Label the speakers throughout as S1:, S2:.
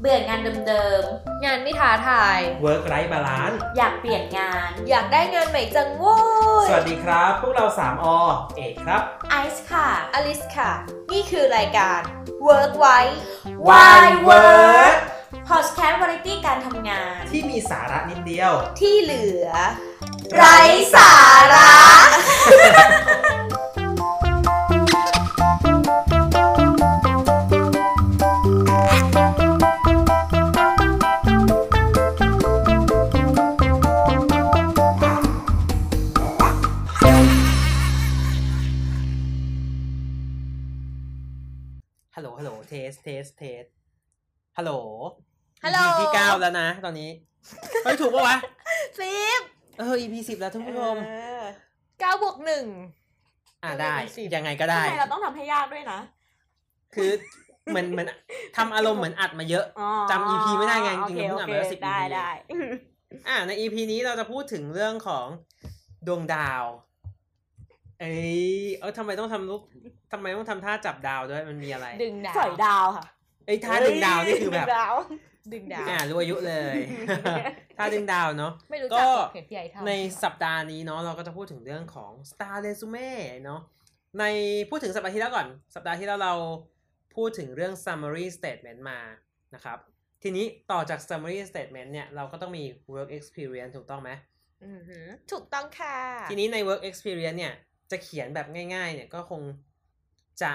S1: เบื่องานเดิม
S2: งานไม่ท้าทาย
S3: เวิร์กไ i ฟ์บาลานซ์
S1: ๆ อยากเปลี่ยนงาน
S2: อยากได้งานใหม่จังโว้ย
S3: สวัสดีครับ พวกเรา 3 อ เอกครับ
S1: ไอซ์ค่ะ
S2: อลิสค่ะ นี่คือรายการ Work ไว้
S3: Why Work
S1: พอดแคสต์วาไรตี้การทำงาน
S3: ที่มีสาระนิดเดียว
S2: ที่เหลือ
S1: ไร้สาระ
S3: ฮัลโหล ฮัลโหล เทส เทส เทส ฮัลโหล
S2: Hello
S3: EP ที่ 9 แล้วนะ ตอนนี้ เฮ้ย ถูกปะวะ
S2: สิบ
S3: เออ EP 10 แล้วท่านผู้ชม
S2: เก้าบวกหนึ่ง
S3: อ่าได้
S2: เออ EP
S3: ยังไงก็ได้
S1: ทำไมเราต้องทำให้ยากด้วยนะ
S3: คือเหมือนเหมือนทำอารมณ์เหมือนอัดมาเยอะ
S1: อ๋อ
S3: จำ EP ไม่ได้ไงจริงๆ
S1: โอ
S3: เราเพิ่
S1: เค
S3: งอ่านมาแล้ว
S1: โอ
S3: สิ
S1: เค
S3: บ
S1: ได้ได้
S3: อ่าใน EP นี้เราจะพูดถึงเรื่องของดวงดาว เอ้ยเอยทำไมต้องทำรูปทำไมต้องทำท่าจับดาวด้วย มันมีอะไร
S2: ดึงดาว
S1: สอยดาวค่ะ
S3: เอ้ยท่าดึงดาวนี่คือแบบ
S1: ดึงดาว
S2: ดึงดาว
S3: อ่ารู้อายุเลย ท่าดึงดาวเนาะ
S2: ไม่รู้
S3: ก็
S2: จักเห็นพี่ไอทำ
S3: ในสัปดาห์นี้เนาะเราก็จะพูดถึงเรื่องของ Star Resume เนาะในพูดถึงสัปดาห์ที่แล้วก่อน สัปดาห์ที่แล้วเราพูดถึงเรื่อง summary statement มานะครับ ทีนี้ต่อจาก summary statement เนี่ย เราก็ต้องมี work experience ถูกต้องไหม
S2: อือหือถูกต้องค่ะ
S3: ทีนี้ใน work experience เนี่ย จะเขียนแบบง่าย ๆ เนี่ยก็คงจะ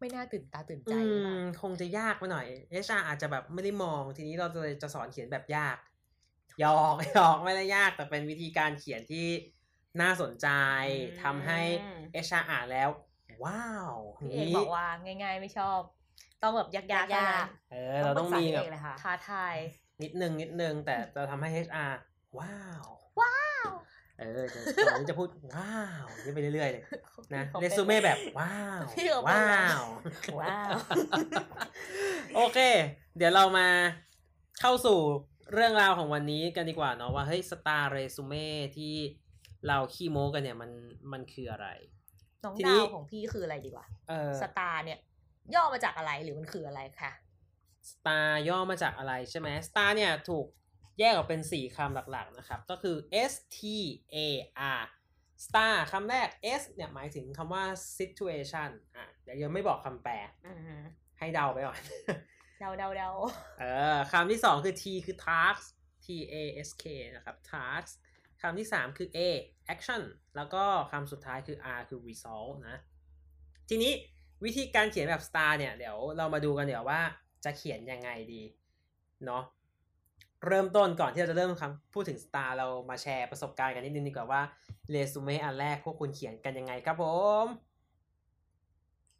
S2: ไม่น่าตื่นตาตื่นใจ
S3: อื
S2: หรือเปล่าม
S3: คงจะยากไปหน่อย HR อาจจะแบบไม่ได้มอง ทีนี้เราจะเลยจะสอนเขียนแบบยากหยอก หยอกไม่ได้ยากแต่เป็นวิธีการเขียนที่น่าสนใจ
S1: อืม
S3: ทำให้ HR อ่านแล้ว ว้าว
S2: พี่เอย่
S3: อาก งนี้
S2: บอกว่าง่ายๆไม่ชอบ ต้องแบบยากๆ
S1: ยาก
S3: เออเราต้องมีแบบ
S1: เองเลยค่ะ
S2: ท้าทาย
S3: นิดนึงนิดนึงแต่จะทำให้ HR ว้าว
S2: ว้าว
S3: เออจะตอนนี้จะพูดว้าวนี่ไปเรื่อยๆเลย นะเรซูเม่ แบบ ว้าว
S2: พี่เขาเป็น
S3: ว้าว
S1: ว้าว
S3: โอเค เดี๋ยวเรามาเข้าสู่เรื่องราวของวันนี้กันดีกว่าเนาะว่าเฮ้ยสตาร์เรซูเม่ที่เราขี้โม้กันเนี่ยมันมันคืออะไร
S2: น้อง
S3: ทีนี้
S2: ดาวของพี่คืออะไรดีกว่า
S3: เออ
S2: สตาร์เนี่ยย่อมาจากอะไรหรือมันคืออะไรคะ
S3: สตาร์ย่อมาจากอะไรใช่ไหมสตาร์เนี่ยถูกแยกออกเป็น 4คำหลักๆนะครับ ก็คือ S T A R star คำแรก S เนี่ยหมายถึงคำว่า situation อ่ะเดี๋ยวยังไม่บอกคำแปล
S1: อือหือ
S3: ให้เดาไปก่อน
S2: เดาเดาเดา
S3: เออคำที่สองคือ T คือ task T A S K นะครับ task คำที่สามคือ A action แล้วก็คำสุดท้ายคือ R คือ result นะ ทีนี้วิธีการเขียนแบบ star เนี่ย เดี๋ยวเรามาดูกันเดี๋ยวว่าจะเขียนยังไงดีเนาะเริ่มต้นก่อนที่เราจะเริ่มคำพูดถึง star เรามาแชร์ประสบการณ์กันนิดนึงดีกว่าว่าเรซูเม่อันแรกพวกคุณเขียนกันยังไงครับผม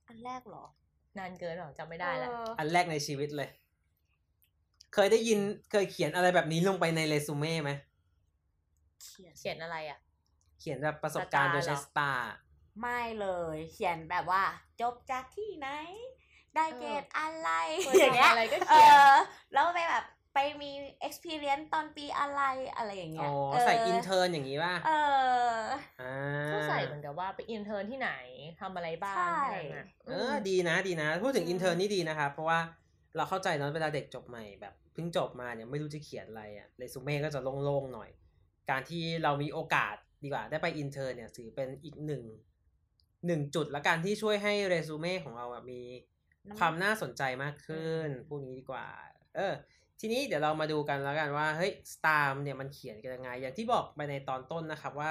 S1: อันแรกเหรอน
S2: านเกินหรอจำไม่ได้ละ
S1: เออ
S3: อันแรกในชีวิตเลย เคยได้ยินเคยเขียนอะไรแบบนี้ลงไปในเรซูเม่ไหม
S1: เขียน
S2: เขียนอะไรอ่ะ
S3: เขียนแบบประสบการณ์โดยใช้
S2: สตาร์เหรอ
S3: สตาร์
S1: ไม่เลย เขียนแบบว่า จบจากที่ไหน ได้เกรดอะไร
S2: เค
S1: อย่างเงี้ย
S2: ทำอะไรก็
S1: เอ
S2: เขียน
S1: อแล้วไปแบบไปมี experience ตอนปีอะไรอะไรอย่าง
S3: อ๋
S1: เงี้
S3: อย ใส่อินเทอร์อย่างนี้ป่ะ
S1: เออ
S3: อ่า
S2: ผู้ใส่เหมือนกับว่าไปอินเทอร์ที่ไหนทำอะไรบ้าง
S1: ใช่
S2: แค่นั้นน่ะ
S3: เออดีนะดีนะ พูดถึงอินเทอร์นี่ดีนะครับ เพราะว่าเราเข้าใจเนอะเวลาเด็กจบใหม่แบบเพิ่งจบมาเนี่ยไม่รู้จะเขียนอะไรอะเรซูเม่ก็จะโล่งๆหน่อย การที่เรามีโอกาสดีกว่า ได้ไปอินเทอร์เนี่ยถือเป็นอีกหนึ่งหนึ่งจุดละกันที่ช่วยให้เรซูเม่ของเราอะมี ความน่าสนใจมากขึ้นพวกนี้ดีกว่า เออ ทีนี้เดี๋ยวเรามาดูกันแล้วกันว่า เฮ้ย STAR เนี่ยมันเขียนกันยังไง อย่างที่บอกไปในตอนต้นนะครับว่า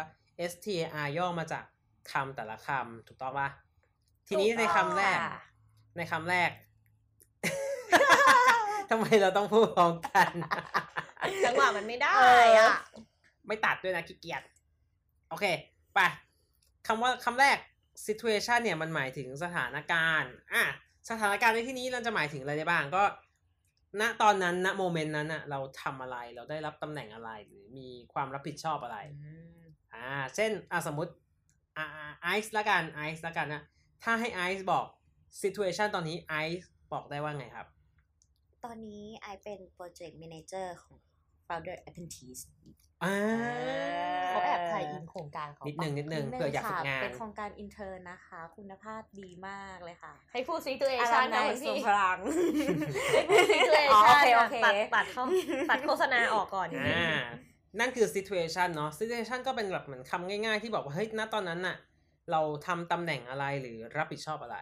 S3: STAR ย่อมาจากคำแต่ละคำถูกต้องปะทีนี้ในคำแรก
S1: ถูกต้องค่ะ
S3: ในคำแรก ทำไมเราต้องพูดพร้อมกัน
S2: จังหวะมันไม่ได้
S3: เออ
S2: อ่ะ
S3: ไม่ตัดด้วยนะขี้เกียจโอเค ไปคำว่าคำแรก situation เนี่ยมันหมายถึงสถานการณ์อ่ะสถานการณ์ในที่นี้เราจะหมายถึงอะไรได้บ้างก็ ณตอนนั้นณโมเมนต์นั้นอะเราทำอะไรเราได้รับตำแหน่งอะไร หรือมีความรับผิดชอบอะไร อ่า เช่นอ่ะสมมติอ่าไอซ์ละกันไอซ์ละกันนะถ้าให้ไอซ์บอก situation ตอนนี้ไอซ์บอกได้ว่าไงครับ
S4: ตอนนี้ไอเป็นโปรเจกต์ a ม a นเจอร์ของ
S1: founder apprentice
S3: อ่า
S1: เ
S4: เขาแอบไทยอินโครงการเขา
S3: นิดนึงนิดนึง
S1: ด
S3: เผื่ออยากฝึกงา
S1: ค่ะ
S3: น
S1: เป็นโครงการอินเทอร์นะคะ คุณภาพดีมากเลยค่ะ
S4: ให้พูดซีตัวเอง
S1: อารา
S4: ใช่
S1: ม
S4: ไหม
S1: นา
S4: ค
S1: ย
S4: น
S1: สุ
S4: พี่
S1: พลัง
S4: ให้พูดซีตัวเอง
S1: อ๋อ
S4: ใช่
S1: โอเค
S4: ไหม
S1: โอเค
S4: ตัดตัดเข้าตัดโฆษณาออกก่อน
S3: อ่า นั่นคือ situation เนาะ situation ก็เป็นแบบเหมือนคำง่ายๆ ที่บอกว่า เฮ้ย ณ ตอนนั้นน่ะ เราทำตำแหน่งอะไรหรือรับผิดชอบอะไร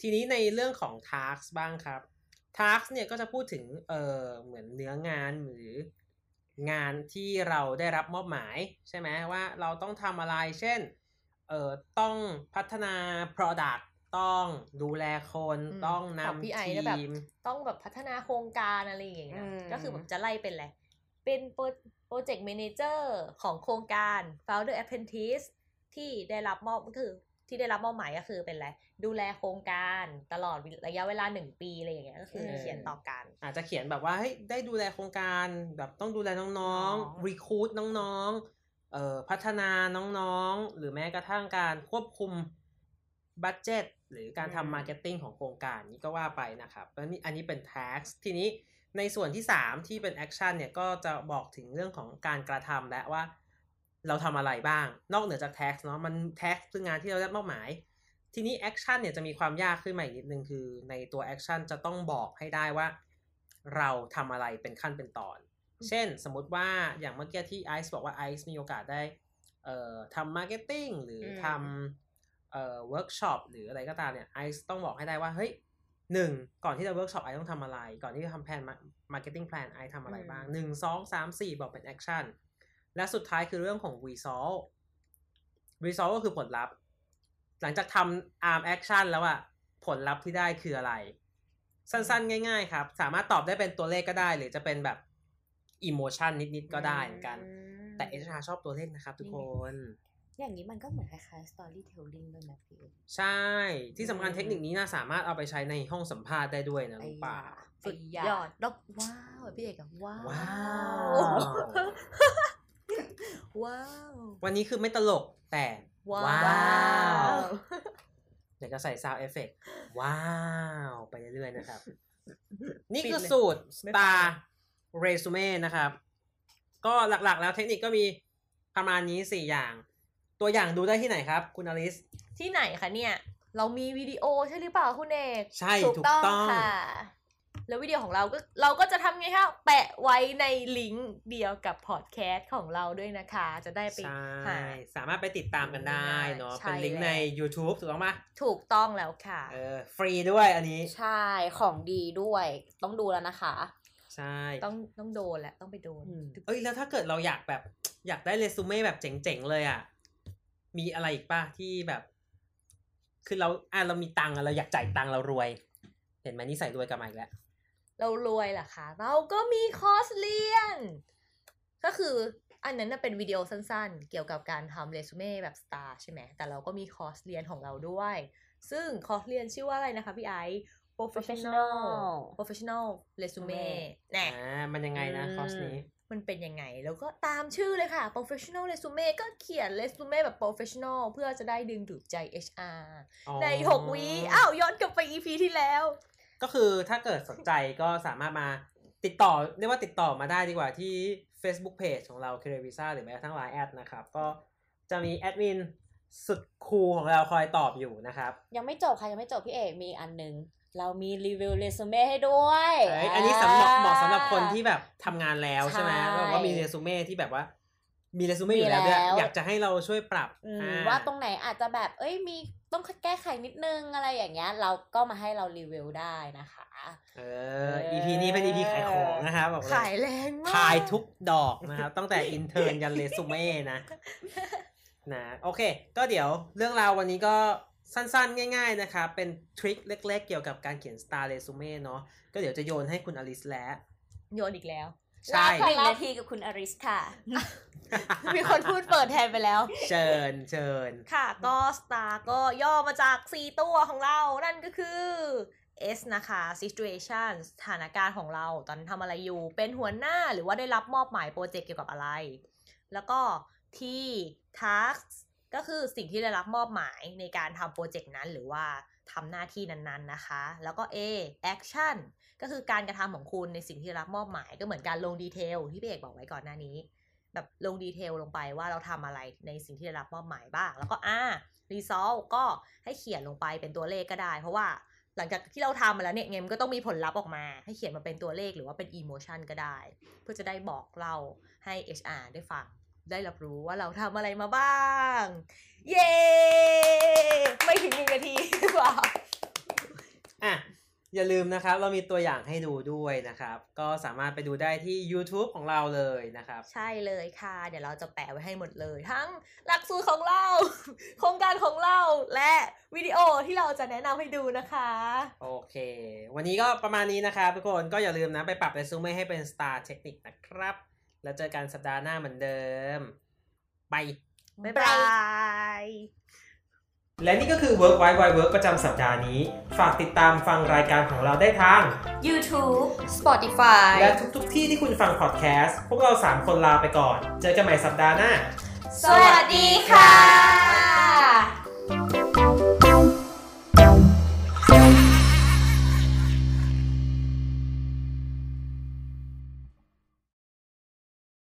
S3: ทีนี้ในเรื่องของ task บ้างครับ task เนี่ยก็จะพูดถึง เออเหมือนเนื้องานหรืองานที่เราได้รับมอบหมาย ใช่ไหมว่าเราต้องทำอะไร เช่น เออต้องพัฒนา product ต้องดูแลคน ต้อง
S4: ของ
S3: นำ
S4: พี่ไอ
S3: ที
S4: แล้วแบบ
S3: ม
S4: ต้องแบบพัฒนาโครงการอะไรอย่างเงี้ย
S1: อืม
S4: ก็คือแบบจะไล่เป็นอะไรเป็นโปรเจกต์ a ม a เจอร์ของโครงการ founder apprentice ที่ได้รับมอบก็คือที่ได้รับมอบหมายก็คือเป็นอะไรดูแลโครงการตลอดระยะเวลาหนึ่งปีอะไรอย่างเงี้ยก็คือ
S3: เออ
S4: เขียนต่อกัน
S3: อาจจะเขียนแบบว่าเฮ้ยได้ดูแลโครงการแบบต้องดูแลน้อง
S1: น้อง
S3: ๆรีคูดน้องๆเอ่อพัฒนาน้องๆ หรือแม้กระทั่งการควบคุมบัตเจตหรือการ
S4: อืม
S3: ทำมาร์เก็ตติ้งของโครงการนี้ก็ว่าไปนะครับอันนี้อันนี้เป็น tax ทีนี้ในส่วนที่ 3 ที่เป็น action เนี่ยก็จะบอกถึงเรื่องของการกระทำและว่าเราทำอะไรบ้าง นอกเหนือจาก tax เนาะมัน tax คืองานที่เราได้มอบหมาย ทีนี้แอคชั่นเนี่ยจะมีความยากขึ้นมาอีกนิดนึงคือในตัวแอคชั่นจะต้องบอกให้ได้ว่า เราทำอะไรเป็นขั้นเป็นตอน เช่นสมมุติว่าอย่างเมื่อกี้ที่ไอซ์บอกว่าไอซ์มีโอกาสได้เอ่อทำมาร์เก็ตติ้งหรืออ
S1: ม
S3: ทำเอ่อเวิร์กช็อปหรืออะไรก็ตามเนี่ยไอซ์ต้องบอกให้ได้ว่าเฮ้ยหนึ่งก่อนที่จะเวิร์กช็อปไอซ์ต้องทำอะไร ก่อนที่จะทำแผนมาร์เก็ตติ้งแพลนไอซ์ทำอะไรบ้างหนึ่งสองสามสี่บอกเป็นแอคชั่นและสุดท้ายคือเรื่องของ result result ก็คือผลลัพธ์ หลังจากทำ arm action แล้วอะผลลัพธ์ที่ได้คืออะไร สั้นๆ ง่ายๆ ครับ สามารถตอบได้เป็นตัวเลขก็ได้ หรือจะเป็นแบบ emotion นิดๆ ก็ได้เหมือนกัน
S1: ม
S3: แต่เอชาชอบตัวเลขนะครับทุกคน
S1: อย่างนี้มันก็เหมือนคล้ายๆ storytelling ด้วยนะพี่
S3: ใช่ ที่สำคัญเทคนิคนี้นะสามารถเอาไปใช้ในห้องสัมภาษณ์ได้ด้วยนะลูกป่า
S1: สุดยอดดอกว้าวพี่เอกอะว้าว
S3: ว้าว
S1: ว้าว
S3: วันนี้คือไม่ตลกแต่ว้
S4: ว้า
S3: าว
S4: ว
S3: เดี๋ยวจะใส่ซาวเอฟเฟกว้าว ไปเรื่อยๆ นะครับ นี่คือ
S4: ปิดเลย
S3: สูตร
S4: ไม่
S3: Star Resume นะครับ ก็หลักๆแล้วเทคนิคก็มีประมาณนี้ 4 อย่าง ตัวอย่างดูได้ที่ไหนครับ คุณอลิส
S4: ที่ไหนคะเนี่ย เรามีวิดีโอใช่หรือเปล่าคุณเอก
S3: ใช่ถูกต้อง
S4: ค่ะ แล้ววิดีโอของเราก็เราก็จะทำไงคะแปะไว้ในลิงก์เดียวกับพอดแคสต์ของเราด้วยนะคะ จะได้ไป
S3: ใช่
S4: หา
S3: สามารถไปติดตามกันได้เนาะ
S4: ใช่
S3: เป็นลิงก์
S4: แล้ว
S3: ใน YouTube ถูกต้องปะ
S4: ถูกต้องแล้วค่ะ
S3: เออ ฟรีด้วยอันนี้
S1: ใช่ ของดีด้วย ต้องดูแล้วนะคะ
S3: ใช่
S4: ต้องต้องโดนแหละต้องไปโดน
S3: เอ้ย แล้วถ้าเกิดเราอยากแบบ อยากได้เรซูเม่แบบเจ๋งๆ เลยอ่ะ มีอะไรอีกป่ะที่แบบ คือเราอ่ะเรามีตังค์อะเราอยากจ่ายตังค์เรารวย เห็นไหมนี่ใส่รวยกลับมาอีกแล้ว
S4: เรารวยเหรอคะเราก็มีคอร์สเรียน ก็คืออันนั้นน่ะเป็นวิดีโอสั้นๆ เกี่ยวกับการทำเรซูเม่แบบสตาร์ใช่ไหมแต่เราก็มีคอร์สเรียนของเราด้วย ซึ่งคอร์สเรียนชื่อว่าอะไรนะคะพี่ไอซ์ professional professional resume แน่
S3: อ่ามันยังไงนะ
S4: อืม
S3: คอร์สนี้
S4: มันเป็นยังไง แล้วก็ตามชื่อเลยค่ะ professional resume ก็เขียน resume แบบ professional เพื่อจะได้ดึงดูดใจ HR
S3: อ๋อ
S4: ใน 6วีอ้าวย้อนกลับไป EP ที่แล้ว
S3: ก็คือถ้าเกิดสนใจก็สามารถมาติดต่อ เรียกว่าติดต่อมาได้ดีกว่าที่ Facebook Page ของเรา c a r e v i s a หรือแม้กระทั่ง Line แอดนะครับ ก็จะมีแอดมินสุดคูลของเราคอยตอบอยู่นะครับ
S1: ยังไม่จบค่ะ ยังไม่จบพี่เอกมีอันหนึง เรามีรีวิวเรซูเม่ให้ด้วย
S3: เอ้ยอันนี้สำหรับเหมาะสำหรับคนที่
S1: อ่า
S3: แบบทำงานแล้วใช่ไหม
S1: ใช่
S3: แล้วก็มีเรซูเม่ที่แบบว่า มีเรซูเม่อยู่แล้วด้วย
S1: มีแล้ว
S3: อยากจะให้เราช่วยปรับ
S1: อืม
S3: อ่
S1: ว่าตรงไหนอาจจะแบบ เอ้ย มีต้องแก้ไขนิดนึงอะไรอย่างเงี้ย เราก็มาให้เรารีวิวได้นะคะ
S3: เออ EP นี้เป็น EP ขายของนะครับบอกเล
S4: ขาย
S3: ย
S4: แรงมาก
S3: ขายทุกดอกนะครับ ตั้งแต่อินเทอร์ยันเรซูเม่ นะนะโอเค ก็เดี๋ยวเรื่องราววันนี้ก็สั้นๆ ง่ายๆนะครับ เป็นทริคเล็ก ๆ เกี่ยวกับการเขียน Star Resume เนาะก็เดี๋ยวจะโยนให้คุณอลิสแล้ว
S4: โยนอีกแล้ว
S3: ใช่
S1: หนึ่งนาทีกับคุณอริสค่ะ
S4: มีคนพูดเปิดแทนไปแล้ว
S3: เชิญเชิญ
S4: ค่ะ ก็สตาร์ก็ย่อมาจาก 4 ตัวของเรา นั่นก็คือ S นะคะ situation สถานการณ์ของเรา ตอนนั้นทำอะไรอยู่ เป็นหัวหน้าหรือว่าได้รับมอบหมายโปรเจกต์เกี่ยวกับอะไร แล้วก็ที่ task ก็คือสิ่งที่ได้รับมอบหมายในการทำโปรเจกต์นั้น หรือว่าทำหน้าที่นั้นๆนะคะ แล้วก็ A action ก็คือการกระทำของคุณในสิ่งที่รับมอบหมายก็เหมือนการลงดีเทลที่พี่เอกบอกไว้ก่อนหน้านี้ แบบลงดีเทลลงไปว่าเราทำอะไรในสิ่งที่ได้รับมอบหมายบ้าง แล้วก็อ่ารีซอลก็ให้เขียนลงไปเป็นตัวเลขก็ได้ เพราะว่าหลังจากที่เราทำมาแล้วเนี่ยไงมันก็ต้องมีผลลัพธ์ออกมา ให้เขียนมาเป็นตัวเลขหรือว่าเป็นอีโมชันก็ได้ เพื่อจะได้บอกเราให้ HR ได้ฟัง ได้รับรู้ว่าเราทำอะไรมาบ้าง เย้ ไม่ถึงหนึ่งนาทีกว่า
S3: อ่ะอย่าลืมนะครับ เรามีตัวอย่างให้ดูด้วยนะครับ ก็สามารถไปดูได้ที่ YouTube ของเราเลยนะครับ
S4: ใช่เลยค่ะ เดี๋ยวเราจะแปะไว้ให้หมดเลย ทั้งหลักสูตรของเรา โครงการของเรา และวิดีโอที่เราจะแนะนำให้ดูนะคะ
S3: โอเค วันนี้ก็ประมาณนี้นะครับทุกคนก็อย่าลืมนะไปปรับเรซูเม่ให้เป็น Star Technique นะครับ แล้วเจอกันสัปดาห์หน้าเหมือนเดิม ไป
S4: บ๊ายบาย
S3: และนี่ก็คือ Work w i w i Work ประจำสัปดาห์นี้ ฝากติดตามฟังรายการของเราได้ทาง
S2: YouTube Spotify
S3: และทุกๆที่ที่คุณฟังพอดแคสต์พวกเรา 3 คนลาไปก่อน เจอกันใหม่สัปดาห์หน้า
S2: สวัสดีค่ะ